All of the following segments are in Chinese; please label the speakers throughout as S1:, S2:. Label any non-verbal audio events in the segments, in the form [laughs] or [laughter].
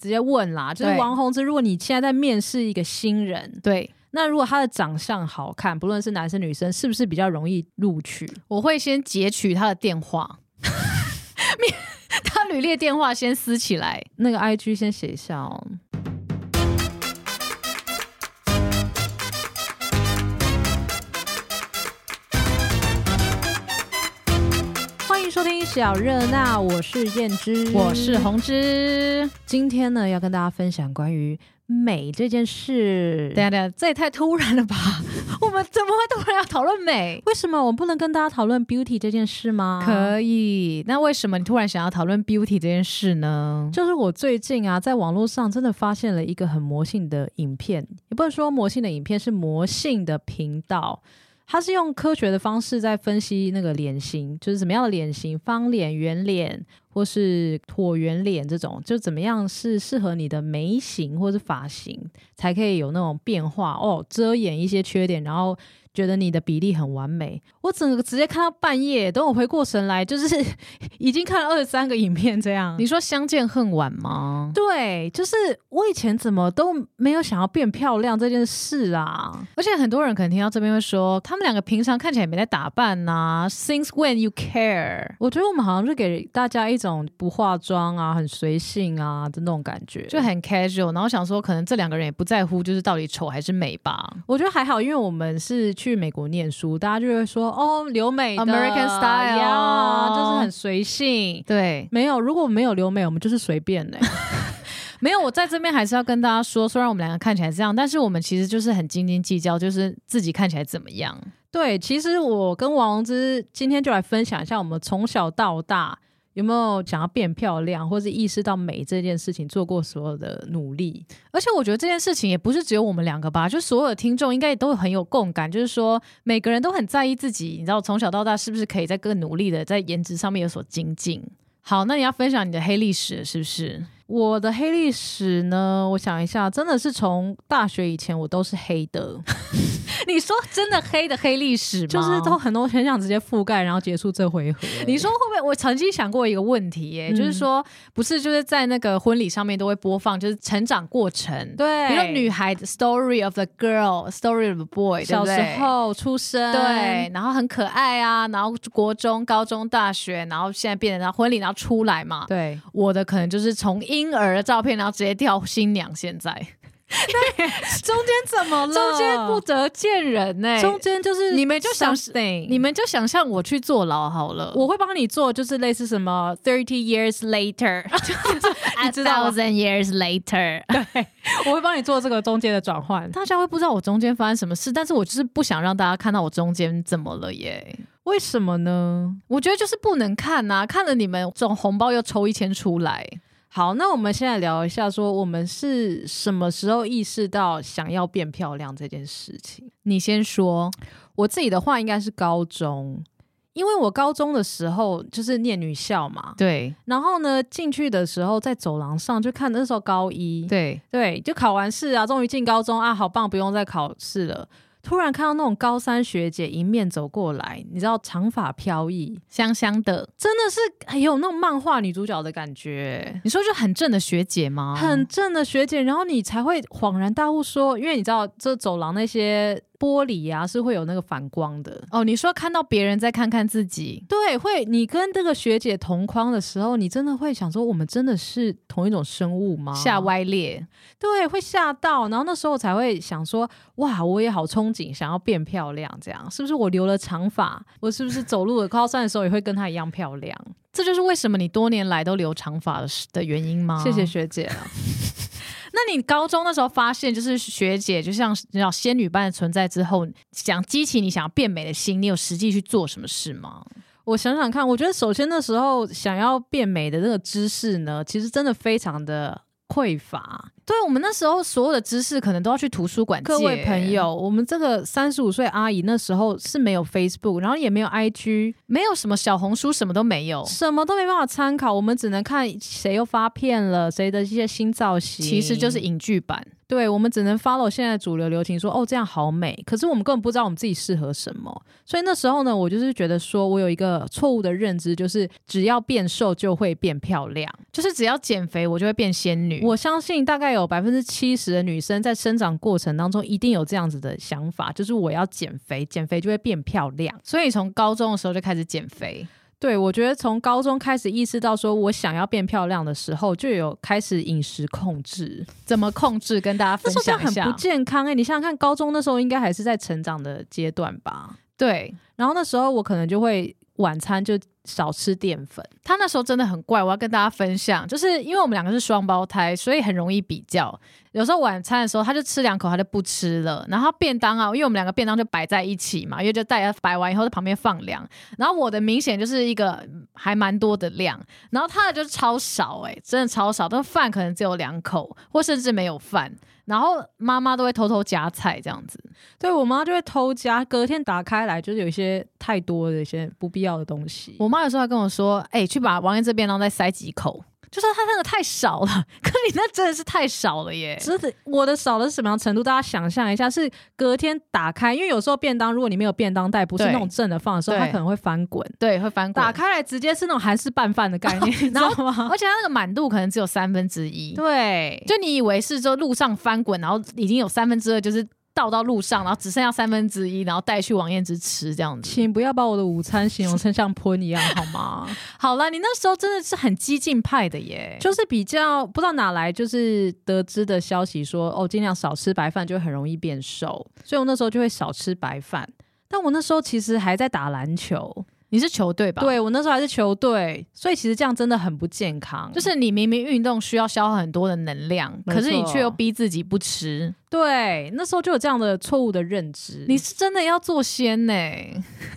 S1: 直接问啦，就是
S2: 对
S1: 王宏之，如果你现在在面试一个新人，
S2: 对，
S1: 那如果他的长相好看，不论是男生女生，是不是比较容易录取？
S2: 我会先截取他的电话，免他履历的电话先撕起来。
S1: 那个 I G 先写一下哦。欢迎收听小热那，我是燕之，
S2: 我是红之，
S1: 今天呢要跟大家分享关于美这件事。
S2: 等一下等一下，这也太突然了吧？ [laughs] 我们怎么会突然要讨论美？
S1: 为什么我不能跟大家讨论 beauty 这件事吗？
S2: 可以，那为什么你突然想要讨论 beauty 这件事呢？
S1: 就是我最近啊，在网络上真的发现了一个很魔性的影片，也不能说魔性的影片，是魔性的频道。它是用科学的方式在分析那个脸型，就是怎么样的脸型，方脸、圆脸或是椭圆脸这种，就怎么样是适合你的眉形或是发型，才可以有那种变化哦，遮掩一些缺点，然后觉得你的比例很完美。我整个直接看到半夜，等我回过神来，就是已经看了二三个影片这样。
S2: 你说相见恨晚吗？
S1: 对，就是我以前怎么都没有想要变漂亮这件事啊。
S2: 而且很多人可能听到这边会说，他们两个平常看起来也没在打扮呐、Since when you care？
S1: 我觉得我们好像是给大家一种不化妆啊、很随性啊的那种感觉。
S2: 就很 casual，然后想说，可能这两个人也不在乎，就是到底丑还是美吧。
S1: [laughs] 我觉得还好，因为我们是去美国念书，大家就会说哦，留美的
S2: American style 哦
S1: 呀就是很随性。
S2: 对，
S1: 没有，如果没有留美，我们就是随便呢、
S2: 没有，我在这边还是要跟大家说，虽然我们两个看起来这样，但是我们其实就是很斤斤计较，就是自己看起来怎么样。
S1: 对，其实我跟王宏之今天就来分享一下，我们从小到大有没有想要变漂亮，或是意识到美这件事情做过所有的努力。
S2: 而且我觉得这件事情也不是只有我们两个吧，就所有的听众应该也都很有共感，就是说每个人都很在意自己，你知道从小到大是不是可以在更努力的在颜值上面有所精进。好，那你要分享你的黑历史是不是？
S1: 我的黑历史呢，我想一下，真的是从大学以前我都是黑的，
S2: [laughs] 你说真的黑的黑历史吗？
S1: 就是都很多很想直接覆盖，然后结束这回合。
S2: 你说会不会？我曾经想过一个问题、耶，就是说不是就是在那个婚礼上面都会播放，就是成长过程，
S1: 对，
S2: 比如说女孩的 story of the girl, story of the boy，对
S1: 小
S2: 不
S1: 时
S2: 对
S1: 候出
S2: 嗯
S1: 生，
S2: 对，然后很可爱啊，然后国中、高中、大学，然后现在变成然后婚礼，然后出来嘛。
S1: 对，
S2: 我的可能就是从婴儿的照片，然后直接跳新娘，现在
S1: 中间怎么了？
S2: 中间不得见人欸呢、
S1: 中间就是
S2: 哎你们就想
S1: something
S2: 你们就想象我去坐牢好了，
S1: 我会帮你做，就是类似什么 thirty years later，
S2: [laughs] a
S1: 你知道吗
S2: thousand years [laughs] later，
S1: 我会帮你做这个中间的转换。
S2: 大家会不知道我中间发生什么事，但是我就是不想让大家看到我中间怎么了耶。
S1: 为什么呢？
S2: 我觉得就是不能看呐、看了你们总红包又抽一千出来，
S1: 好，那我们现在聊一下，说我们是什么时候意识到想要变漂亮这件事情？
S2: 你先说。
S1: 我自己的话应该是高中，因为我高中的时候就是念女校嘛，
S2: 对
S1: 然后呢进去的时候在走廊上就看那时候高一，
S2: 对，
S1: 对，就考完试啊，终于进高中啊，好棒，不用再考试了。突然看到那种高三学姐迎面走过来，你知道长发飘逸，
S2: 香香的。
S1: 真的是很有那种漫画女主角的感觉，
S2: 你说就很正的学姐吗？
S1: 很正的学姐。然后你才会恍然大悟说，因为你知道这走廊那些玻璃啊是会有那个反光的。
S2: 哦，你说看到别人再看看自己，
S1: 对，会你跟这个学姐同框的时候，你真的会想说，我们真的是同一种生物吗？
S2: 吓歪裂。
S1: 对，会吓到，然后那时候我才会想说，哇，我也好憧憬，想要变漂亮，这样是不是？我留了长发，我是不是走路的高山的时候也会跟她一样漂亮？
S2: 这就是为什么你多年来都留长发的的原因吗？
S1: [laughs] 谢谢。学姐啊，
S2: 那你高中那时候发现，就是学姐就像你知道仙女般的存在之后，想激起你想要变美的心，你有实际去做什么事吗？
S1: [laughs] 我想想看，我觉得首先那时候想要变美的那个知识呢，其实真的非常的匮乏。
S2: 对我们那时候所有的知识可能都要去图书馆借。
S1: 各位朋友，我们这个三十五岁阿姨那时候是没有 Facebook，然后也没有 IG，
S2: 没有什么小红书，什么都没有。
S1: 什么都没办法参考，我们只能看谁又发片了，谁的一些新造型，
S2: 其实就是影剧版，
S1: 对，我们只能 follow 现在主流流行说，哦，这样好美。可是我们根本不知道我们自己适合什么。所以那时候呢，我就是觉得说我有一个错误的认知，就是只要变瘦就会变漂亮。
S2: 就是只要减肥我就会变仙女。
S1: 我相信大概有百分之七十的女生在生长过程当中一定有这样子的想法，就是我要减肥，减肥就会变漂亮。
S2: 所以从高中的时候就开始减肥，
S1: 对，我觉得从高中开始意识到说我想要变漂亮的时候，就有开始饮食控制。
S2: 怎么控制？跟大家
S1: 那
S2: 分
S1: 时候这
S2: 享
S1: 样
S2: 一
S1: 很
S2: 下
S1: 不。健康哎、你想想看，高中那时候应该还是在成长的阶段吧。
S2: 对
S1: 然后那时候我可能就会晚餐就少吃淀粉，
S2: 他那时候真的很怪，我要跟大家分享，就是因为我们两个是双胞胎，所以很容易比较。有时候晚餐的时候，他就吃两口，他就不吃了。然后便当啊，因为我们两个便当就摆在一起嘛，因为就大家摆完以后在旁边放凉。然后我的明显就是一个嗯还蛮多的量，然后他的就是超少、欸，真的超少。但饭可能只有两口，或甚至没有饭。然后妈妈都会偷偷夹菜这样子。
S1: 对我妈就会偷加，隔天打开来就是有一些太多的一些不必要的东西。
S2: 我妈有时候还跟我说：“哎、去把王燕这便当再塞几口。”就说她那个太少了， [laughs] 可你那真的是太少了耶！
S1: 真的，我的少的是什么样的程度？大家想象一下，是隔天打开，因为有时候便当，如果你没有便当袋，不是
S2: 对
S1: 那种正的放的时候，它
S2: 对
S1: 可能会翻滚。
S2: 对，会翻滚。
S1: 打，开来直接是那种韩式拌饭的概 [laughs] 念，你知道吗？
S2: 而且它那个满度可能只有三分之一。
S1: 对，
S2: 就你以为是就路上翻滚，然后已经有三分之二就是倒到路上，然后只剩下三分之一，然后带去王燕之吃这样子。
S1: 请不要把我的午餐形容成像喷一样，好 [laughs] 吗？
S2: 好啦，你那时候真的是很激进派的耶。
S1: 就是比较不知道哪来，就是得知的消息说，哦，尽量少吃白饭，就会很容易变瘦。所以我那时候就会少吃白饭。但我那时候其实还在打篮球，
S2: 你是球队吧？，
S1: 对我那时候还是球队，所以其实这样真的很不健康。
S2: 就是你明明运动需要消耗很多的能量，
S1: 没
S2: 可是你
S1: 错
S2: 却又逼自己不吃，
S1: 对那时候就有这样的错误的认知。
S2: 你是真的要做仙呢、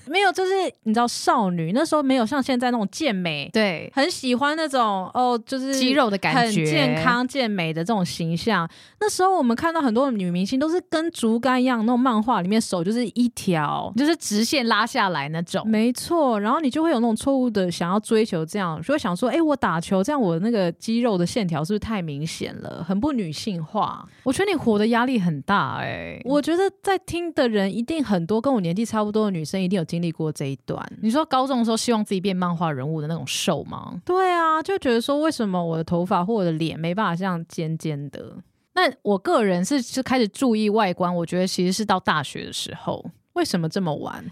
S1: 没有，就是你知道少女那时候没有像现在那种健美，
S2: 对，
S1: 很喜欢那种哦，就是
S2: 肌肉的感觉，
S1: 很健。康健美的这种形象。那时候我们看到很多女明星都是跟竹竿一样，那种漫画里面手就是一条。
S2: 就是直线拉下来那种，
S1: 没错，然后你就会有那种错误的想要追求这样，就会想说，哎、我打球这样，我那个肌肉的线条是不是太明显了，很不女性化？
S2: 我觉得你活的压力很大哎、
S1: 我觉得在听的人一定很多，跟我年纪差不多的女生一定有经历过这一段。
S2: 你说高中的时候希望自己变漫画人物的那种瘦吗？
S1: 对啊，就觉得说，为什么我的头发或我的脸没办法像尖尖的？
S2: 那我个人是就开始注意外观，我觉得其实是到大学的时
S1: [laughs]
S2: 候。
S1: 为什么这么玩？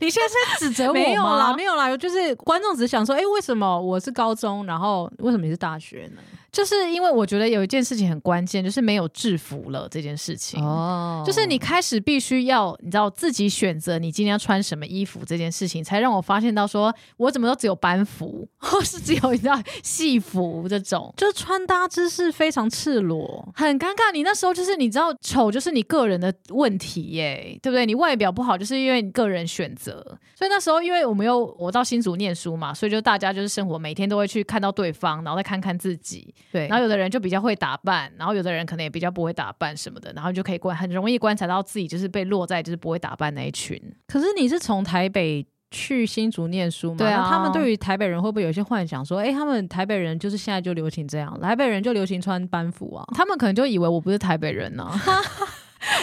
S2: 你现在是指责
S1: 没有啦，
S2: 没
S1: 没有啦，就是观众只是想说，哎、为什么我是高中，然后为什么你是大学呢？
S2: 就是因为我觉得有一件事情很关键，就是没有制服了这件事情。
S1: 哦
S2: 就是你开始必须要，你知道自己选择你今天要穿什么衣服这件事情，才让我发现到说，我怎么都只有班服， [laughs] 或是只有你知道戏服这种。
S1: 就是穿搭知识非常赤裸，
S2: 很尴尬，你那时候就是你知道丑就是你个人的问题耶，对不对？你外表不好就是因为你个人选择，所以那时候因为我们又我到新竹念书嘛，所以就大家就是生活每天都会去看到对方，然后再看看自己，
S1: 对
S2: 然
S1: 然后
S2: 后有的人就比较会打扮，然后有的人可能也比较不会打扮什么的，然后你就可以观很容易观察到自己就是被落在就是不会打扮那一群。
S1: 可是你是从台北。去新竹念书嘛？
S2: 对啊
S1: 那他们对于台北人会不会有一些幻想？说，哎、他们台北人就是现在就流行这样，台北人就流行穿班服啊。
S2: 他们可能就以为我不是台北人啊 [laughs] 呢、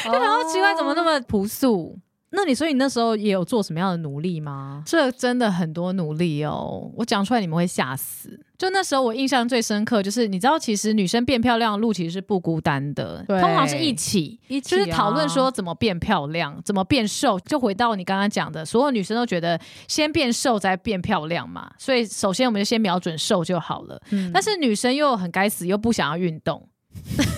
S1: 就想说奇怪，怎么那么……
S2: 么朴素？
S1: 那你所以你那时候也有做什么样的努力吗？
S2: 这真的很多努力哦，我讲出来你们会吓死。就那时候我印象最深刻，就是你知道，其实女生变漂亮的路其实是不孤单的，
S1: 对
S2: 通常是一起。
S1: 一起
S2: 就
S1: 啊
S2: 是讨论说，怎么变漂亮，怎么变瘦，就回到你刚刚讲的，所有女生都觉得先变瘦再变漂亮嘛，所以首先我们就先瞄准瘦就好了。
S1: 嗯
S2: 但是女生又很该死，又不想要运动， [laughs]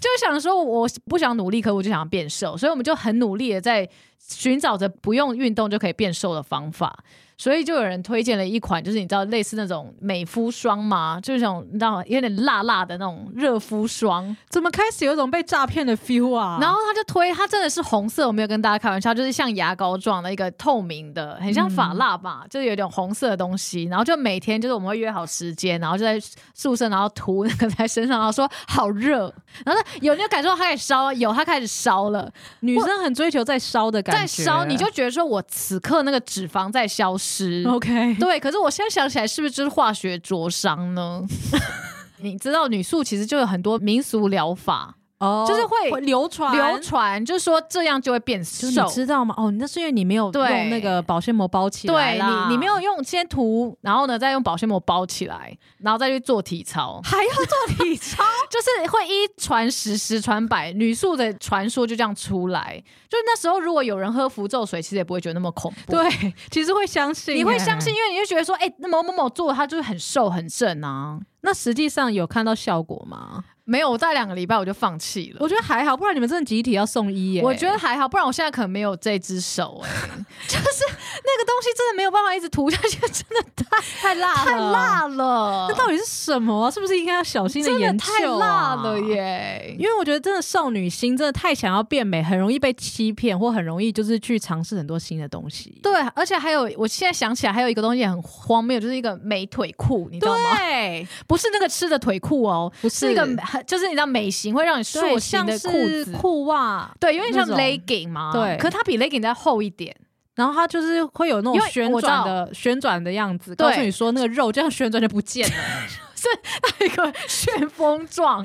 S2: 就想说我不想努力，可我就想要变瘦，所以我们就很努力的在寻找着不用运动就可以变瘦的方法。所以就有人推荐了一款，就是你知道类似那种美肤霜嘛，就是那种你知道有点辣辣的那种热敷霜，
S1: 怎么开始有种被诈骗的 feel 啊？
S2: 然后他就推，它真的是红色，我没有跟大家开玩笑，就是像牙膏状的一个透明的，很像发蜡吧，
S1: 嗯
S2: 就是有点红色的东西。然后就每天就是我们会约好时间，然后就在宿舍，然后涂那个在身上，然后说好热，然后呢有没有感受到它开始烧？有，它开始烧了，
S1: 女生很追求在烧的感
S2: 在
S1: 觉，
S2: 烧，你就觉得说我此刻那个脂肪在消失。
S1: OK。
S2: 对，可是我现在想起来，是不是就是化学灼
S1: [laughs]
S2: 伤呢？你知道，女宿其实就有很多民俗疗法，
S1: 哦
S2: 就是会
S1: 流传
S2: 流。传就是说这样就会变
S1: 就
S2: 瘦。
S1: 是你知道吗？哦，那是因为你没有
S2: 对
S1: 用那个保鲜膜包起来
S2: 对
S1: 啦，
S2: 你，你没有用先涂，然后呢再用保鲜膜包起来，然后再去做体操
S1: 还要做体操，
S2: 就是会一传十，十传百，女宿的传说就这样出来。就那时候，如果有人喝符咒水，其实也不会觉得那么恐怖。。
S1: [laughs] 对，其实会相信，欸
S2: 你会相信，。因为你就觉得说，哎、那某某某做的他就是很瘦很正啊。
S1: 那实际上有看到效果吗？
S2: 没有，我大概两个礼拜我就放弃了。
S1: 我觉得还好，不然你们真的集体要送医耶。
S2: [laughs] 我觉得还好，不然我现在可能没有这只手哎、 [laughs] 就是那个东西真的没有办法一直涂下去，真的
S1: 太辣了，
S2: 太辣了，
S1: 那到底是什么啊？是不是应该要小心地
S2: 真
S1: 研
S2: 的
S1: 究、啊
S2: 太辣了！耶
S1: 因！为我觉得真的少女心真的太想要变美，很容易被欺骗，或很容易就是去尝试很多新的东西。
S2: 对，而且还有，我现在想起来还有一个东西也很荒谬，就是一个美腿裤，你知道吗？
S1: 对，
S2: [laughs] 不是那个吃的腿裤哦，
S1: 不
S2: 是一个很就是你知道美型会让你
S1: 对
S2: 塑形
S1: 像
S2: 的
S1: 是
S2: 裤子，
S1: 裤袜，
S2: 对，有点像
S1: 那种
S2: legging 嘛，
S1: 对
S2: 可它比 legging 再厚一点，
S1: 然后它就是会有那
S2: 因
S1: 种
S2: 为
S1: 旋
S2: 我知道
S1: 转的旋转的样子，
S2: 对
S1: 告诉你说那个肉这样旋转就不见了，
S2: [laughs] 一个旋风状，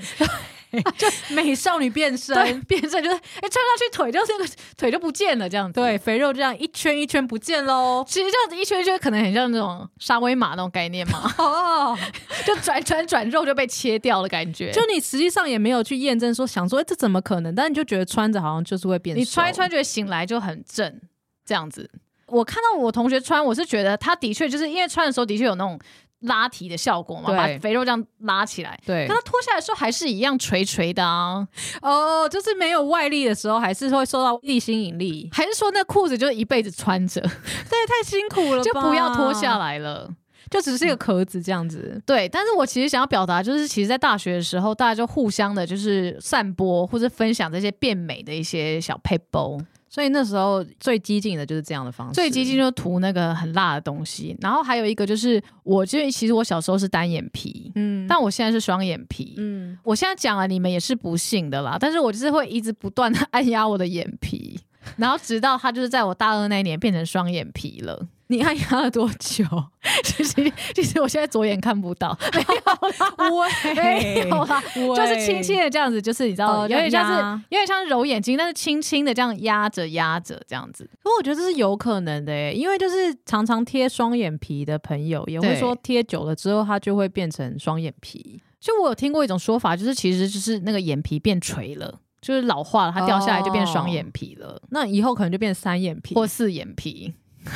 S1: 美少女变
S2: [laughs] 对
S1: 身，，
S2: 变成就是哎、穿上去腿就是那个腿就不见了这样子，
S1: 对，肥肉这样一圈一圈不见
S2: [laughs]
S1: 喽。
S2: 其实这样子一圈一圈，可能很像那种沙威玛那种概念嘛， [laughs]
S1: 哦，
S2: 就转转转肉就被切掉的感觉。
S1: 就你实际上也没有去验证说想说、哎这怎么可能，但你就觉得穿着好像就是会变瘦，
S2: 你穿一穿，觉得醒来就很正，这样子。我看到我同学穿，我是觉得他的确就是因为穿的时候的确有那种拉提的效果嘛，
S1: 对
S2: 把肥肉这样拉起来。
S1: 对
S2: 可他脱下来的时候还是一样垂垂的啊，
S1: 哦，就是没有外力的时候，还是会受到地心引力。
S2: 还是说那裤子就一辈子穿 [laughs] 着，
S1: 对，太辛苦了嗯
S2: 就不要脱下
S1: 来，
S2: 来了？
S1: 就只是一个壳子这样子。
S2: 对，但是我其实想要表达，就是其实，在大学的时候，大家就互相的，就是散播或者分享这些变美的一些小 paper。
S1: 所以那时候最激进的就是这样的方式，
S2: 最激进就涂那个很辣的东西，然后还有一个就是，我就其实我小时候是单眼皮，
S1: 嗯，
S2: 但我现在是双眼皮。
S1: 嗯，
S2: 我现在讲了，你们也是不信的啦，但是我就是会一直不断的 [laughs] 按压我的眼皮，然后直到它就是在我大二那一年变成双眼皮了。
S1: 你按压了多久？
S2: [laughs] 其实其实我现在左眼看不到，
S1: [laughs] 喂
S2: 没有啦，
S1: 喂
S2: 就是轻轻的这样子，就是你知道，
S1: 哦
S2: 有点像
S1: 这样压
S2: 是有点像揉眼睛，但是轻轻的这样压着压着这样子。
S1: 可我觉得这是有可能的诶，因为就是常常贴双眼皮的朋友也会
S2: 对
S1: 说，贴久了之后它就会变成双眼皮，
S2: 就我有听过一种说法，就是其实就是那个眼皮变垂了，就是老化了，它掉下来
S1: 哦
S2: 就变双眼皮了，
S1: 那以后可能就变三眼皮。
S2: 或四眼皮
S1: [laughs]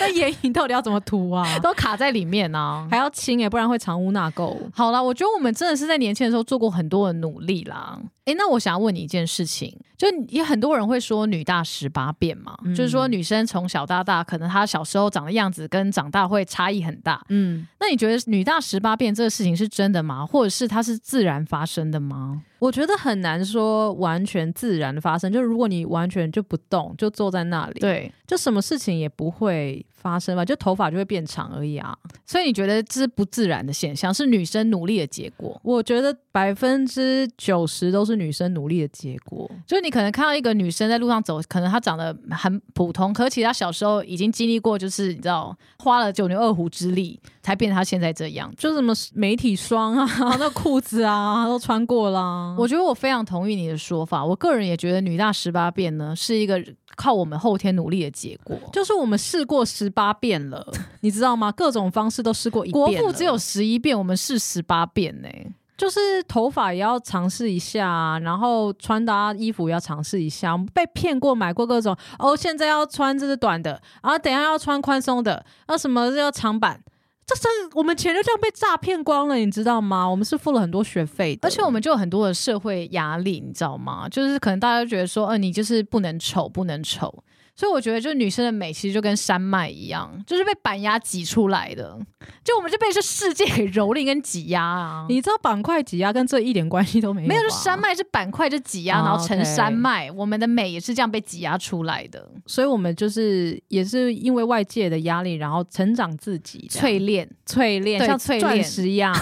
S1: 那眼影到底要怎么涂啊？
S2: [laughs] 都卡在里面啊。
S1: 还要清诶，不然会藏污纳垢。
S2: 好啦，我觉得我们真的是在年轻的时候做过很多的努力啦。诶，那我想要问你一件事情，就也很多人会说女大十八变嘛，
S1: 嗯
S2: 就是说女生从小到大，可能她小时候长的样子跟长大会差异很大。
S1: 嗯，
S2: 那你觉得女大十八变这个事情是真的吗？或者是它是自然发生的吗？
S1: 我觉得很难说完全自然的发生，就是如果你完全就不动，就坐在那里，，
S2: 对，
S1: 就什么事情也不会发生吧，就头发就会变长而已啊。
S2: 所以你觉得这是不自然的现象，是女生努力的结果？
S1: 我觉得百分之九十都是女生努力的结果，
S2: 就是你可能看到一个女生在路上走，可能她长得很普通，可是其实她小时候已经经历过，就是你知道花了九牛二虎之力才变成她现在这样。
S1: 就什么媒体霜啊， [laughs] 那裤子啊都穿过啦。
S2: 嗯我觉得我非常同意你的说法，我个人也觉得女大十八变呢是一个靠我们后天努力的结果。
S1: 就是我们试过十八遍了，你知道吗？各种方式都试过一遍
S2: 国
S1: 了。
S2: 父只有十一变，我们是十八变呢、
S1: 就是头发也要尝试一下啊，然后穿搭衣服也要尝试一下。我们被骗过，买过各种哦，现在要穿这是短的，然后等一下要穿宽松的，那什么要长版，这是我们钱就这样被诈骗光了，你知道吗？我们是付了很多学费 [laughs] 的，
S2: 而且我们就有很多的社会压力，你知道吗？就是可能大家就觉得说，呃，你就是不能丑，不能丑。所以我觉得，就是女生的美其实就跟山脉一样，就是被板压挤出来的。就我们就被这世界给蹂躏跟挤压啊。
S1: 你知道板块挤啊压跟这一点关系都没有吧，啊
S2: 没有，就山脉是板块就挤压，
S1: 哦
S2: 然后成
S1: OK
S2: 山脉。我们的美也是这样被挤压出来的，
S1: 所以我们就是也是因为外界的压力，然后成长自己这样，
S2: 淬
S1: [laughs]
S2: 炼。
S1: 淬炼，
S2: 对
S1: 像
S2: 淬
S1: [laughs]
S2: 炼
S1: 钻石一样。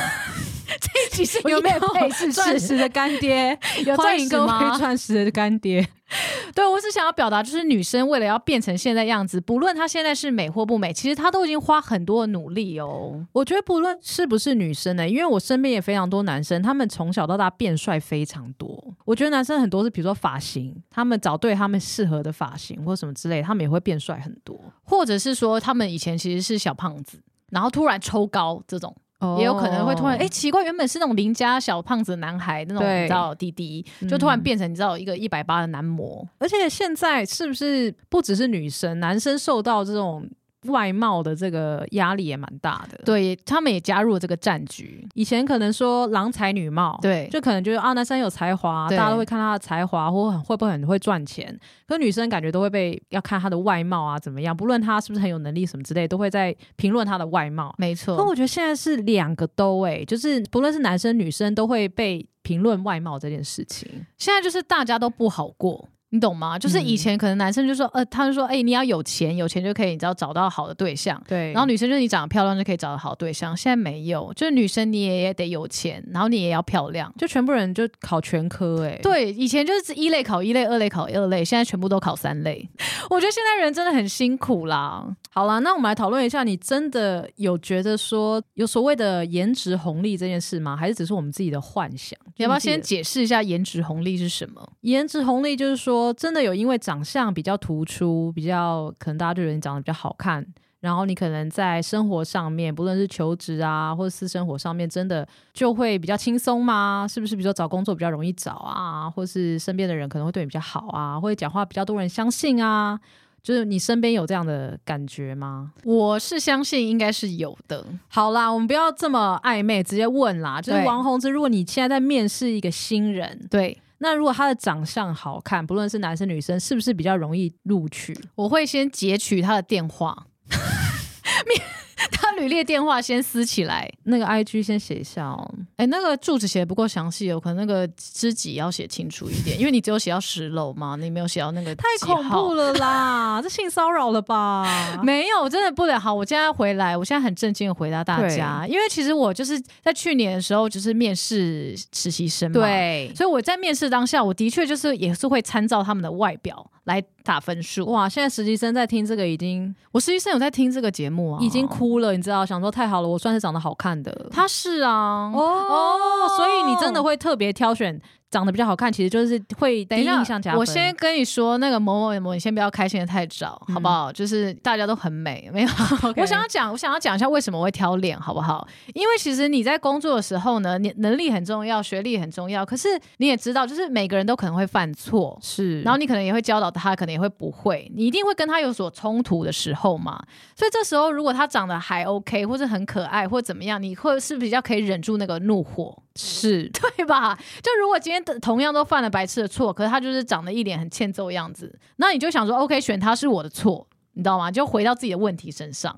S2: 其实
S1: 有没有
S2: 配是
S1: 钻石的干爹？
S2: [laughs]
S1: 欢
S2: 有钻
S1: 迎
S2: 石
S1: 各位
S2: 吗？
S1: 钻石的干爹。
S2: 对我只想要表达，就是女生为了要变成现在样子，不论她现在是美或不美，其实她都已经花很多的努力哦。
S1: 我觉得不论是不是女生呢、因为我身边也非常多男生，他们从小到大变帅非常多。我觉得男生很多是比如说发型，他们找对他们适合的发型或什么之类，他们也会变帅很多。
S2: 或者是说，他们以前其实是小胖子，然后突然抽高这种，也有可能会突然哎、诶奇怪，原本是那种邻家小胖子男孩那种，
S1: 哦对
S2: 你知道弟弟，
S1: 嗯
S2: 就突然变成你知道一个一百八的男模。
S1: 而且现在是不是不只是女生，男生受到这种外貌的这个压力也蛮大的。，
S2: 对他们也加入了这个战局，哦
S1: 以前可能说郎才女貌，，
S2: 对，
S1: 就可能就是啊，男生有才华，大
S2: 对
S1: 家都会看他的才华，或很会不会很会赚钱。可女生感觉都会被要看他的外貌啊怎么样，不论他是不是很有能力什么之类，都会在评论他的外貌。
S2: 没
S1: 可
S2: 错。
S1: 我觉得现在是两个都诶、就是不论是男生女生都会被评论外貌这件事情。
S2: 现在就是大家都不好过，你懂吗？就是
S1: 嗯
S2: 以前可能男生就说，呃，他就说，哎、你要有钱，有钱就可以，你知道找到好的对象。
S1: 对
S2: 然后女生就是你长得漂亮就可以找到好对象，现在没有，就是女生你也也得有钱，然后你也要漂亮。
S1: 就全部人就考全科欸诶、
S2: 对，以前就是一类考一类，二类考二类，现在全部都考三类。 [laughs] 我觉得现在人真的很辛苦啦。
S1: 好啦，那我们来讨论一下，你真的有觉得说有所谓的颜值红利这件事吗？还是只是我们自己的幻想？
S2: 你要不要
S1: 就是
S2: 先
S1: 自己的
S2: 解释一下颜值红利是什么？
S1: 颜值红利？就是说，真的有因为长相比较突出，比较可能大家就觉得你长得比较好看，然后你可能在生活上面，不论是求职啊，或者私生活上面，真的就会比较轻松吗？是不是？比如说找工作比较容易找啊，或是身边的人可能会对你比较好啊，或者讲话比较多人相信啊，就是你身边有这样的感觉吗？
S2: 我是相信应该是有的，
S1: 好啦，我们不要这么暧昧，直接问啦。就是
S2: 对
S1: 王宏之，如果你现在在面试一个新人，
S2: 对。
S1: 那如果他的长相好看，不论是男生女生，是不是比较容易录取？
S2: 我会先截取他的电 [laughs] 话，面他履历的电话先撕起来。
S1: 那个 I G 先写一下哦。
S2: 哎，那个住址写的不够详细哦，可能那个知己要写清楚一点，因为你只有写到十楼嘛，你没有写到那个
S1: 太恐怖
S2: 了。
S1: 了 [laughs] 啦，这性骚扰了吧？
S2: 没有，真的不能好。我现在回来，我现在很震惊的回答大家，因为其实我就是在去年的时候，就是面试实习生嘛，，
S1: 对，
S2: 所以我在面试当下，我的确就是也是会参照他们的外表来打分数。
S1: 哇，现在实习生在听这个已经、
S2: 我实习生有在听这个节目啊，
S1: 已经哭了，你知道？想说太好了，我算是长得好看的。
S2: 他是啊，
S1: 哦所以你真的会特别挑选长得比较好看，其实就是会第
S2: 等一
S1: 一
S2: 下
S1: 印象加，分。
S2: 我先跟你说，那个某某某，你先不要开心的太早，好不好？就是大家都很美，没有。
S1: 嗯 [laughs] OK
S2: 我想要讲，我想要讲一下为什么我会挑脸，好不好？因为其实你在工作的时候呢，你能力很重要，学历很重要，可是你也知道，就是每个人都可能会犯错。
S1: 是，
S2: 然后你可能也会教导他，可能也会不会，你一定会跟他有所冲突的时候嘛。所以这时候，如果他长得还 OK，或者很可爱，或怎么样，你会是比较可以忍住那个怒火。
S1: 是
S2: 对吧？就如果今天同样都犯了白痴的错，可是他就是长得一脸很欠揍的样子，那你就想说，OK，选他是我的错，你知道吗？就回到自己的问题身上。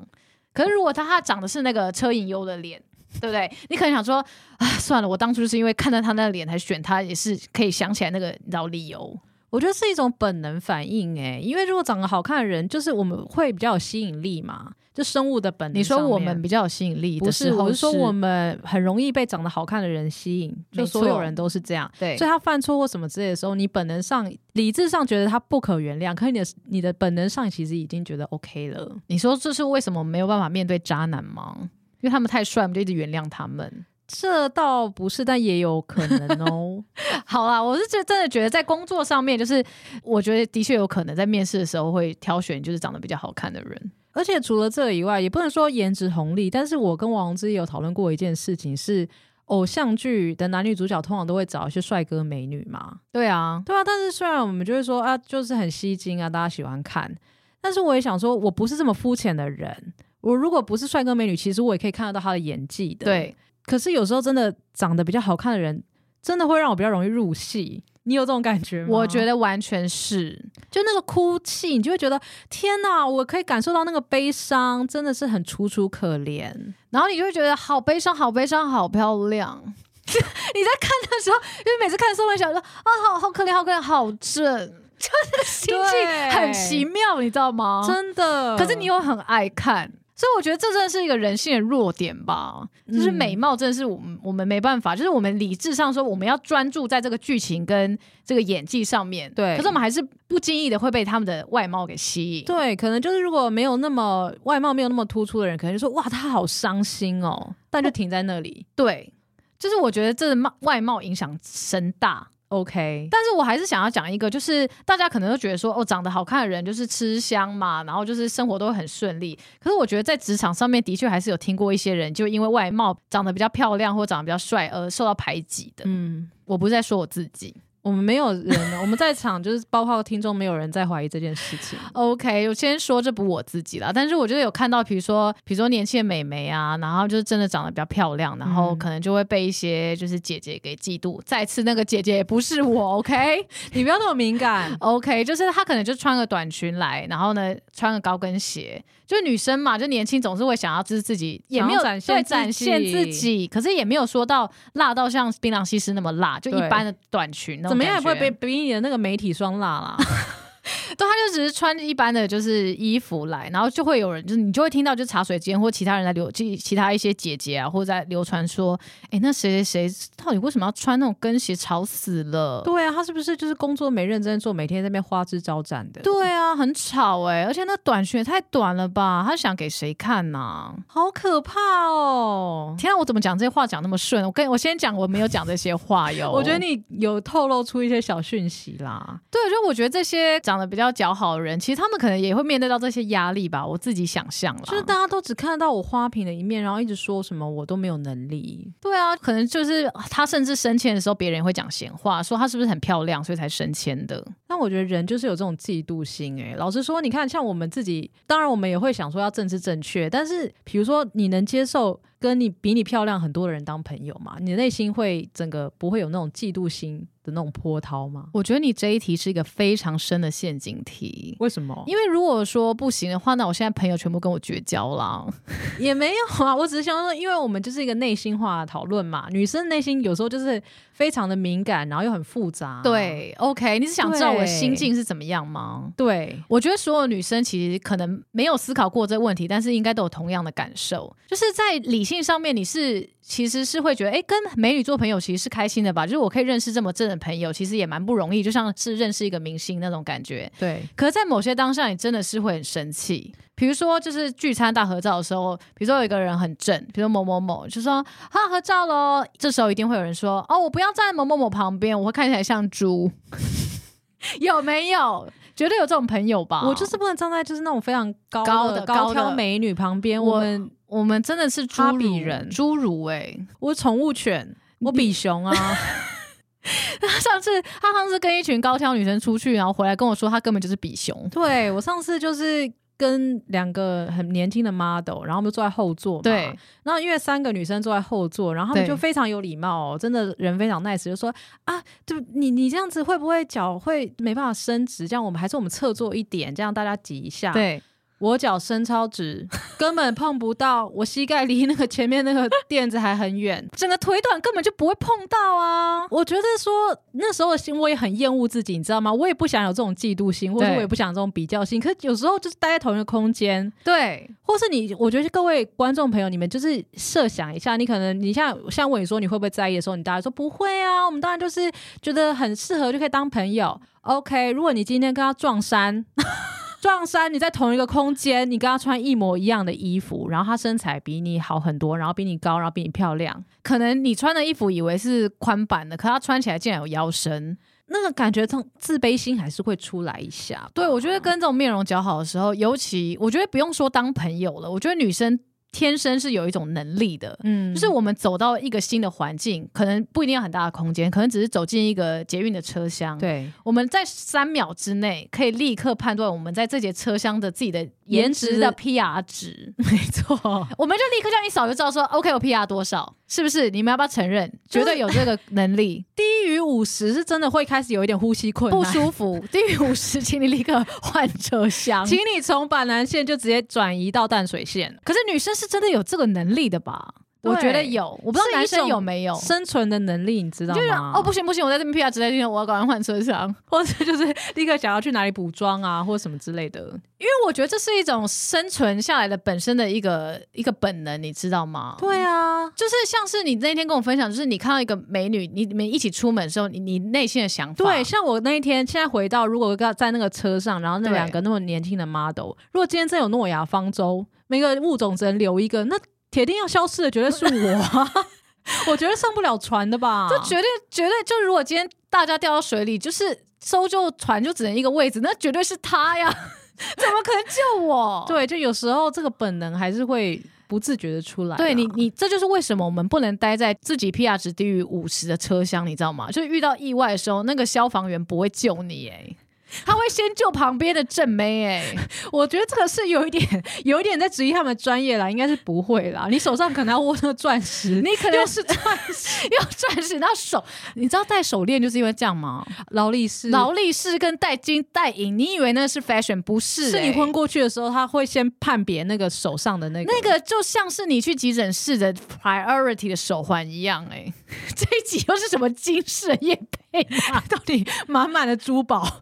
S2: 可是如果他他长的是那个车银优的脸，对不对？你可能想说，啊，算了，我当初就是因为看到他那个脸才选他，也是可以想起来那个你知道理由。
S1: 我觉得是一种本能反应、哎，因为如果长得好看的人，就是我们会比较有吸引力嘛，就生物的本能。
S2: 你说我们。比较有吸引力
S1: 不
S2: 的
S1: 是，
S2: 时候
S1: 我是说我们很容易被长得好看的人吸引，就
S2: 没
S1: 所有
S2: 错
S1: 人都是这样。
S2: 对
S1: 所以他犯错或什么之类的时候，你本能上、理智上觉得他不可原谅，可是你的你的本能上其实已经觉得 OK 了。
S2: 你说这是为什么没有办法面对渣男吗？因为他们太帅，我们就一直原谅他们。
S1: 这倒不是，但也有可能哦。
S2: [laughs] 好啦，我是真真的觉得在工作上面，就是我觉得的确有可能在面试的时候会挑选就是长得比较好看的人。
S1: 而且除了这个以外，也不能说颜值红利，但是我跟王之也有讨论过一件事情是。偶像剧的男女主角通常都会找一些帅哥美女嘛，
S2: 对啊，
S1: 对啊。但是虽然我们就会说啊，就是很吸睛啊，大家喜欢看，但是我也想说，我不是这么肤浅的人。我如果不是帅哥美女，其实我也可以看得到他的演技的。，
S2: 对，
S1: 可是有时候真的长得比较好看的人，真的会让我比较容易入戏。你有这种感觉吗？
S2: 我觉得完全是，
S1: 就那个哭泣，你就会觉得天哪，我可以感受到那个悲伤，真的是很楚楚可怜。
S2: 然后你就会觉得好悲伤，好悲伤，好漂亮。 [laughs] 你在看的时候，因为每次看宋慧乔说啊，好好可怜，好可怜，好正， [laughs] 就是心
S1: 对
S2: 情很奇妙，你知道吗？
S1: 真的。
S2: 哦可是你又很爱看，所以我觉得这真的是一个人性的弱点吧。就是
S1: 嗯
S2: 美貌真的是我们我们没办法，就是我们理智上说我们要专注在这个剧情跟这个演技上面，
S1: 对
S2: 可是我们还是不经意的会被他们的外貌给吸引。
S1: 对，可能就是如果没有那么外貌没有那么突出的人，可能就说哇，他好伤心哦，但就停在那里。
S2: 对，就是我觉得这貌外貌影响深大。
S1: OK，
S2: 但是我还是想要讲一个，就是大家可能都觉得说，哦，长得好看的人就是吃香嘛，然后就是生活都很顺利。可是我觉得在职场上面，的确还是有听过一些人，就因为外貌长得比较漂亮或长得比较帅而受到排挤的。
S1: 嗯，
S2: 我不是在说我自己。
S1: 我们没有人，我们在场就是包括听众，没有人在怀疑这件事 [laughs] 情。
S2: OK，我先说这不我自己啦，但是我觉得有看到，比如说，比如说年轻的美眉啊，然后就是真的长得比较漂亮，然后
S1: 嗯
S2: 可能就会被一些就是姐姐给嫉妒。再次，那个姐姐也不是我，OK。。
S1: 你不要那么敏感
S2: OK，就是她可能就穿个短裙来，然后呢穿个高跟鞋，就是女生嘛，就年轻总是会想要就是自己也没有
S1: 想要展现
S2: 对
S1: 自
S2: 展现
S1: 己
S2: 自己，可是也没有说到辣到像槟榔西施那么辣，就
S1: 对
S2: 一般的短裙那
S1: 怎
S2: 种
S1: 么样也不会
S2: 感觉
S1: 被逼你的那个媒体霜辣啦。
S2: 对，她就只是穿一般的就是衣服来，然后就会有人就是你就会听到就茶水间或其他人在流其其他一些姐姐啊或者在流传说，哎那谁谁谁到底为什么要穿那种跟鞋，吵死了。
S1: [laughs] 对啊，他是不是就是工作没认真做，每天在那边花枝招展的？
S2: 对啊，很吵哎、而且那短裙也太短了吧？她想给谁看呐、
S1: 好可怕哦！
S2: 天啊，我怎么讲这些话讲那么顺？我跟我先讲，我没有讲这些话哟。
S1: [laughs] 我觉得你有透露出一些小讯息啦。
S2: 对，就我觉得这些长得比较姣好的人，其实他们可能也会面对到这些压力吧。我自己想象了，
S1: 就是大家都只看到我花瓶的一面，然后一直说什么我都没有能力。
S2: 对啊，可能就是他甚至升迁的时候，别人也会讲闲话，说她是不是很漂亮，所以才升迁的。
S1: 但我觉得人就是有这种嫉妒心、诶，老实说，你看，像我们自己，当然我们也会想说要政治正确，但是比如说你能接受跟你比你漂亮很多的人当朋友嘛，你的内心会整个不会有那种嫉妒心的那种波涛吗？
S2: 我觉得你这一题是一个非常深的陷阱题。
S1: 为什么？
S2: 因为如果说不行的话，那我现在朋友全部跟我绝交啦。
S1: 也没有啊，我只是想说，因为我们就是一个内心化的讨论嘛，女生内心有时候就是非常的敏感，然后又很复杂。
S2: 对，OK，你是想知道我的
S1: 啊
S2: 心
S1: 对
S2: 境是怎么样吗？
S1: 对，
S2: 我觉得所有女生其实可能没有思考过这个问题，但是应该都有同样的感受，就是在理性上面，你是其实是会觉得，哎，跟美女做朋友其实是开心的吧？就是我可以认识这么正的朋友，其实也蛮不容易，就像是认识一个明星那种感觉。
S1: 对，
S2: 可是，在某些当下，你真的是会很生气。比如说，就是聚餐大合照的时候，比如说有一个人很正，比如说某某某，就说啊合照喽。这时候一定会有人说，哦，我不要站在某某某旁边，我会看起来像猪。 [laughs] 有没有？绝对有这种朋友吧？
S1: 我就是不能站在就是那种非常高
S2: 高
S1: 的
S2: 的
S1: 高
S2: 高
S1: 挑
S2: 的
S1: 美女旁边，
S2: 我
S1: 我们
S2: 我们真的是猪
S1: 哈
S2: 比
S1: 比
S2: 人，
S1: 人
S2: 侏儒哎、
S1: 我宠物犬，我比熊啊，
S2: [laughs] 上次他上次跟一群高挑女生出去，然后回来跟我说，他根本就是比熊。
S1: 对我上次就是。跟两个很年轻的 model，然后我们就坐在后座嘛。
S2: 对，
S1: 然后因为三个女生坐在后座，然后他们
S2: 对
S1: 就非常有礼貌、哦，真的人非常 nice，就说啊，对你你这样子会不会脚会没办法伸直？这样我们还是我们侧坐一点，这样大家挤一下。，
S2: 对，
S1: 我脚伸超直， [laughs] 根本碰不到，我膝盖离那个前面那个垫子还很远。
S2: [laughs] 整个腿短根本就不会碰到啊。
S1: 我觉得说那时候的心我也很厌恶自己，你知道吗？我也不想有这种嫉妒心，或者
S2: 对
S1: 我也不想有这种比较心。可是有时候就是待在同一个空间，
S2: 对，
S1: 或是你，我觉得各位观众朋友，你们就是设想一下，你可能你像像问你说你会不会在意的时候，你大家说不会啊，我们当然就是觉得很适合就可以当朋友。OK，如果你今天跟他撞衫。 [laughs] 撞衫，你在同一个空间，你跟他穿一模一样的衣服，然后他身材比你好很多，然后比你高，然后比你漂亮，
S2: 可能你穿的衣服以为是宽版的，可他穿起来竟然有腰身。
S1: 那个感觉，从自卑心还是会出来一下。
S2: 对，我觉得跟这种面容姣好的时候，尤其我觉得不用说当朋友了，我觉得女生天生是有一种能力的。
S1: 嗯，
S2: 就是我们走到一个新的环境，可能不一定要很大的空间，可能只是走进一个捷运的车厢。，
S1: 对
S2: 我们在三秒之内可以立刻判断我们在这节车厢的自己的颜值的
S1: 颜
S2: PR 值，
S1: 没 [laughs] 错，
S2: 我们就立刻这样一扫就知道说，OK，我 PR 多少，是不是？你们要不要承认？绝对有这个能力。
S1: 低于五十是真的会开始有一点呼吸困难，
S2: 不舒 [laughs] 服，低于五十，请你立刻换车厢。
S1: 请你从板南线就直接转移到淡水线，
S2: 可是女生是真的有这个能力的吧？我觉得
S1: 对
S2: 有，我不知道
S1: 是一
S2: 男生
S1: 种
S2: 有没有。
S1: 生存的能力你知道
S2: 就是
S1: 吗？
S2: 哦，不，行不行，我在这边 PR 值在这边，我要赶快换车厢。
S1: 或者就是立刻想要去哪里补妆啊，或什么之类的。
S2: 因为我觉得这是一种生存下来的本身的一个一个本能，你知道吗？
S1: 对啊，
S2: 就是像是你那天跟我分享，就是你看到一个美女，你你们一起出门的时候，你你内心的想法，
S1: 对，像我那一天，现在回到如果要在那个车上，然后那
S2: 对
S1: 两个那么年轻的 model，如果今天真有诺亚方舟，每个物种只能留一个，那铁定要消失的绝对是我、啊， [laughs] 我觉得上不了船的吧？
S2: 这绝对绝对就如果今天大家掉到水里，就是搜救船就只能一个位置，那绝对是他呀， [laughs] 怎么可能救我？
S1: 对，啊就有时候这个本能还是会不自觉的出来啊、
S2: 对你，你这就是为什么我们不能待在自己 PR 值低于五十的车厢，你知道吗？就是遇到意外的时候，那个消防员不会救你、哎，他会先救旁边的正妹、
S1: [laughs]
S2: 哎，
S1: 我觉得这个是有一点，有一点在质疑他们的专业啦，应该是不会啦。你手上可能要握那个钻石，
S2: 你可能
S1: 又
S2: [laughs]
S1: 是钻石，
S2: 要钻石到手，你知道戴手链就是因为这样吗？
S1: 劳力士，
S2: 劳力士跟戴金戴银，你以为那是 fashion，不是、
S1: 是你
S2: 哎
S1: 昏过去的时候，他会先判别那个手上的那个
S2: 那个就像是你去急诊室的 priority 的手环一样、哎，这一集又是什么金饰夜配啊？
S1: 到底满满的珠宝。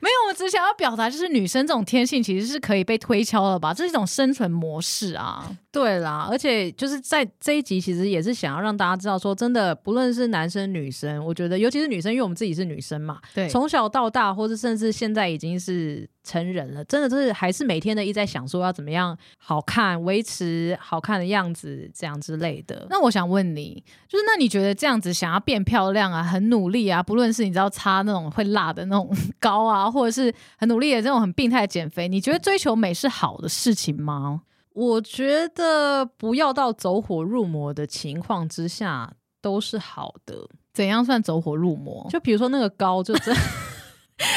S2: 没有，我只想要表达就是女生这种天性其实是可以被推敲的吧，这是一种生存模式啊。
S1: [laughs] 对啦，而且就是在这一集，其实也是想要让大家知道说真的，不论是男生女生，我觉得尤其是女生，因为我们自己是女生嘛，
S2: 对从
S1: 从小到大，或是甚至现在已经是成人了，真的就是还是每天的一直在想说要怎么样好看，维持好看的样子，这样之类的。
S2: 那我想问你，就是那你觉得这样子想要变漂亮啊，很努力啊，不论是你知道擦那种会辣的那种 [laughs] 膏啊，或者是很努力的这种很病态的减肥，你觉得追求美是好的事情吗？
S1: 我觉得不要到走火入魔的情况之下都是好的。
S2: 怎样算走火入魔？ [laughs]
S1: 就比如说那个高，就真的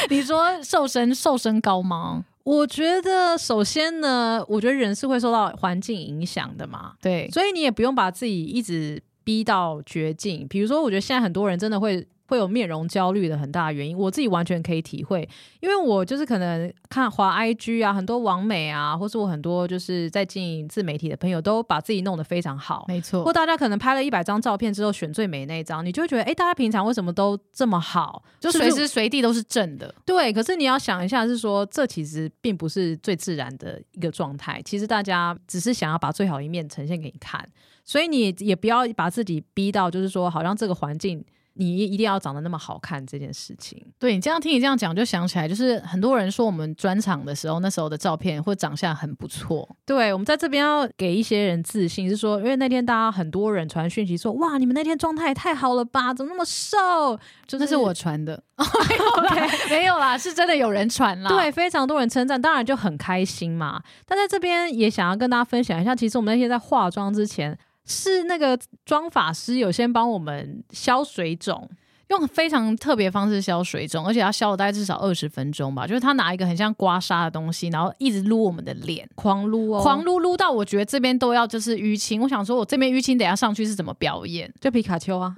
S2: 你说瘦身瘦身高吗？
S1: 我觉得首先呢，我觉得人是会受到环境影响的嘛，
S2: 对，
S1: 所以你也不用把自己一直逼到绝境。比如说，我觉得现在很多人真的会会有面容焦虑的很大的原因，我自己完全可以体会，因为我就是可能看滑 IG 啊，很多网美啊，或是我很多就是在经营自媒体的朋友，都把自己弄得非常好。
S2: 没错
S1: 或，大家可能拍了一百张照片之后选最美那一张，你就会觉得，哎、大家平常为什么都这么好？
S2: 就是
S1: 不是
S2: 随时随地都是正的。
S1: 对，可是你要想一下，是说这其实并不是最自然的一个状态。其实大家只是想要把最好一面呈现给你看，所以你也不要把自己逼到，就是说好像这个环境你一定要长得那么好看这件事情。
S2: 对你这样听你这样讲，就想起来，就是很多人说我们专场的时候，那时候的照片或长相很不错。
S1: 对，我们在这边要给一些人自信，是说，因为那天大家很多人传讯息说，哇，你们那天状态也太好了吧，怎么那么瘦？就
S2: 那是我传的， [laughs] 没有啦，是真的有人传啦。
S1: 对，非常多人称赞，当然就很开心嘛。但在这边也想要跟大家分享一下，其实我们那天在化妆之前，是那个妆发师有先帮我们消水肿，
S2: 用非常特别方式消水肿，而且要消了大概至少二十分钟吧。就是他拿一个很像刮痧的东西，然后一直撸我们的脸，
S1: 狂撸哦，
S2: 狂撸撸到我觉得这边都要就是淤青。我想说，我这边淤青等一下上去是怎么表演？
S1: 就皮卡丘 [laughs] 啊，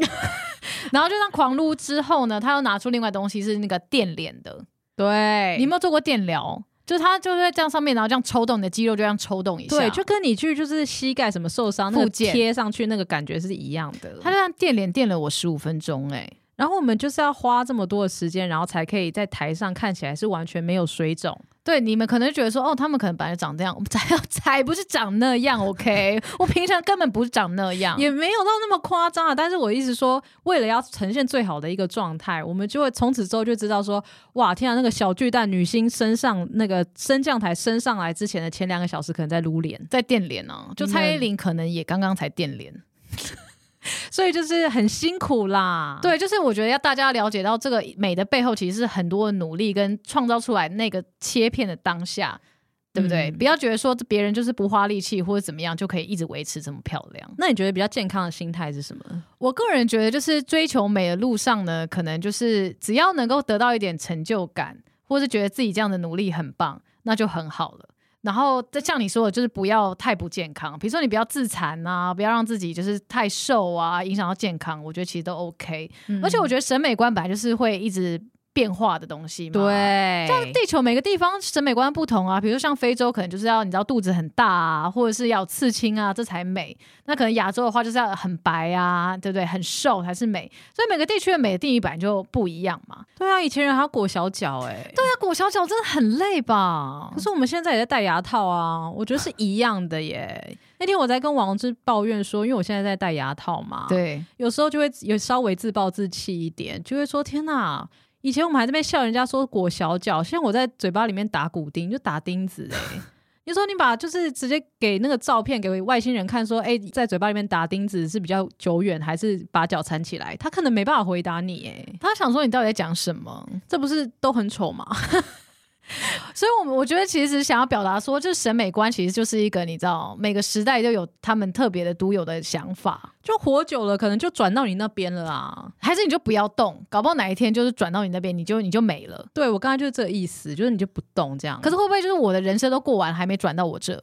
S2: 然后就让狂撸之后呢，他又拿出另外东西是那个电脸的，
S1: 对
S2: 你有没有做过电疗？就是它就会这样上面，然后这样抽动你的肌肉，就这样抽动一下。
S1: 对，就跟你去就是膝盖什么受伤，那
S2: 附
S1: 个
S2: 件
S1: 贴上去那个感觉是一样 [laughs] 的。
S2: 它就这样电脸电了我十五分钟、哎，
S1: 然后我们就是要花这么多的时间，然后才可以在台上看起来是完全没有水肿。
S2: 对，你们可能觉得说，哦，他们可能本来就长这样，我 [laughs] 们才才不是长那样，OK？我平常根本不是长那样。
S1: 也没有到那么夸张啊。但是我一直说，为了要呈现最好的一个状态，我们就会从此之后就知道说，哇，天啊，那个小巨蛋女星升上那个升降台升上来之前的前两个小时，可能在撸脸，
S2: 在电脸啊，就蔡依林可能也刚刚才电啊脸。
S1: 所以就是很辛苦啦。，
S2: 对，就是我觉得要大家了解到这个美的背后，其实是很多的努力跟创造出来那个切片的当下，对不对？
S1: 嗯
S2: 不要觉得说别人就是不花力气或者怎么样就可以一直维持这么漂亮。
S1: 那你觉得比较健康的心态是什么？
S2: 我个人觉得，就是追求美的路上呢，可能就是只要能够得到一点成就感，或是觉得自己这样的努力很棒，那就很好了。然后再像你说的，就是不要太不健康，比如说你不要自残啊，不要让自己就是太瘦啊，影响到健康，我觉得其实都 OK。
S1: 嗯
S2: 而且我觉得审美观本来就是会一直变化的东西嘛。
S1: 得。对，啊
S2: 像地球每个地方审美观不同啊，比如说像非洲可能就是要你知道肚子很大啊，或者是要有刺青啊，这才美。那可能亚洲的话就是要很白啊，对不对？很瘦才是美。所以每个地区的美的定义本来就不一样嘛。
S1: 对啊，以前人还要裹小脚哎、对，
S2: 那裹小脚真的很累吧
S1: 可？是我们现在也在戴牙套啊，我觉得是一样的耶。那天我在跟王志抱怨说，因为我现在在戴牙套嘛，，
S2: 对，
S1: 有时候就会有稍微自暴自弃一点，就会说天哪。以前我们还在那边笑人家说裹小脚，现在我在嘴巴里面打骨钉，就打钉子哎、 [laughs] 你说你把就是直接给那个照片给外星人看说，哎、在嘴巴里面打钉子是比较久远，还是把脚缠起来？他可能没办法回答你哎、
S2: 他想说你到底在讲什么？
S1: 这不是都很丑吗？
S2: 所以，我们我觉得其实想要表达说，就是审美观其实就是一个你知道，每个时代都有他们特别的独有的想法，
S1: 就活久了，可能就转到你那边了啊。
S2: 还是你就不要动，搞不好哪一天就是转到你那边，你就你就没了。
S1: 对我刚才就是这个意思，就是你就不动这样。
S2: 可是会不会就是我的人生都过完，还没转到我这，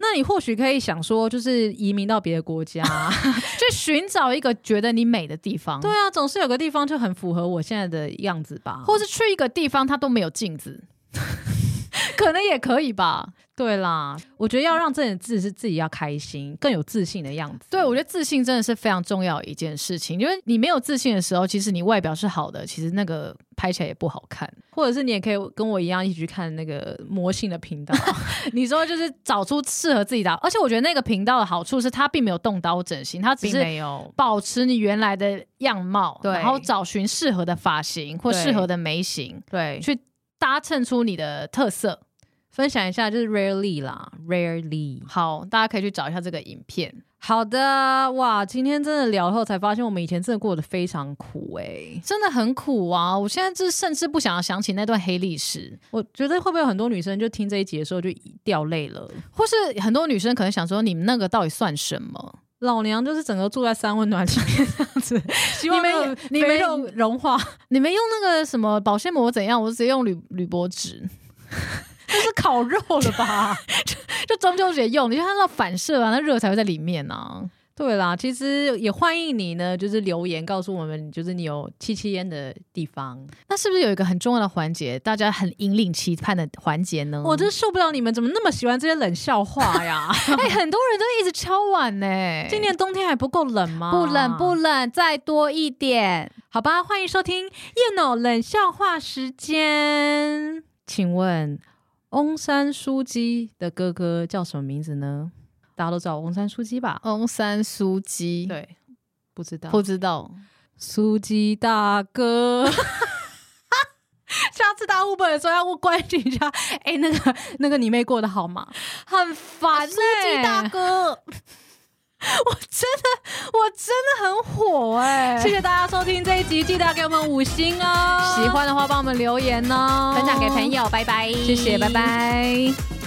S1: 那你或许可以想说，就是移民到别的国家，啊
S2: 去寻找一个觉得你美的地方，
S1: 对，啊，总是有个地方就很符合我现在的样子吧。
S2: 或是去一个地方它都没有镜子， [laughs] 可能也可以吧。
S1: 对啦，我觉得要让自己自己是自己要开心，更有自信的样子。
S2: 对，我觉得自信真的是非常重要的一件事情，因为你没有自信的时候，其实你外表是好的，其实那个拍起来也不好看。
S1: 或者是你也可以跟我一样一起去看那个魔性的频 [laughs] 道，
S2: 你说就是找出适合自己的，而且我觉得那个频道的好处是它并没有动刀整形，它只
S1: 并
S2: 是
S1: 没有。
S2: 保持你原来的样貌，
S1: 对
S2: 然后找寻适合的发型或
S1: 对
S2: 适合的眉型，
S1: 对，去
S2: 去搭衬出你的特色。
S1: 分享一下就是 rarely 啦，rarely。
S2: 好，大家可以去找一下这个影片。
S1: 好的，哇，今天真的聊后才发现，我们以前真的过得非常苦哎、
S2: 真的很苦啊！我现在就甚至不想要想起那段黑历史，
S1: 我觉得会不会有很多女生就听这一集的时候就掉泪了？
S2: 或是很多女生可能想说，你们那个到底算什么？
S1: 老娘就是整个住在三温暖里面这样子，希望
S2: 你们
S1: 没有
S2: 你们
S1: 肥肉融 [laughs] 化，
S2: 你们用那个什么保鲜膜怎样？我直接用铝铝箔纸，
S1: 这是烤肉了吧？
S2: 就中秋节用，你就看到反射啊，那热才会在里面啊。
S1: 对啦，其实也欢迎你呢，就是留言告诉我们，就是你有七七烟的地方。
S2: 那是不是有一个很重要的环节，大家很引领期盼的环节呢？
S1: 我真受不了你们怎么那么喜欢这些冷笑话
S2: [laughs]
S1: 呀！
S2: 哎、很多人都一直敲碗呢、
S1: 今年冬天还不够冷吗？
S2: 不冷不冷，再多一点。
S1: 好吧，欢迎收听叶脑冷笑话时间。请问翁山书记的哥哥叫什么名字呢？大家都知道翁山书记吧？
S2: 翁山苏姬，，
S1: 对，不知道
S2: 不知道。
S1: 书记大哥。 [laughs] 下次大 Uber 的时候要问关心一下，哎、那个那个你妹过得好吗？
S2: 很烦、欸，
S1: 书记大
S2: [laughs] 哥，我真的我真的很火哎、
S1: 谢谢大家收听这一集，记得要给我们五星哦。
S2: 喜欢的话帮我们留言哦，
S1: 分享给朋，友，拜拜，
S2: 谢谢，拜拜。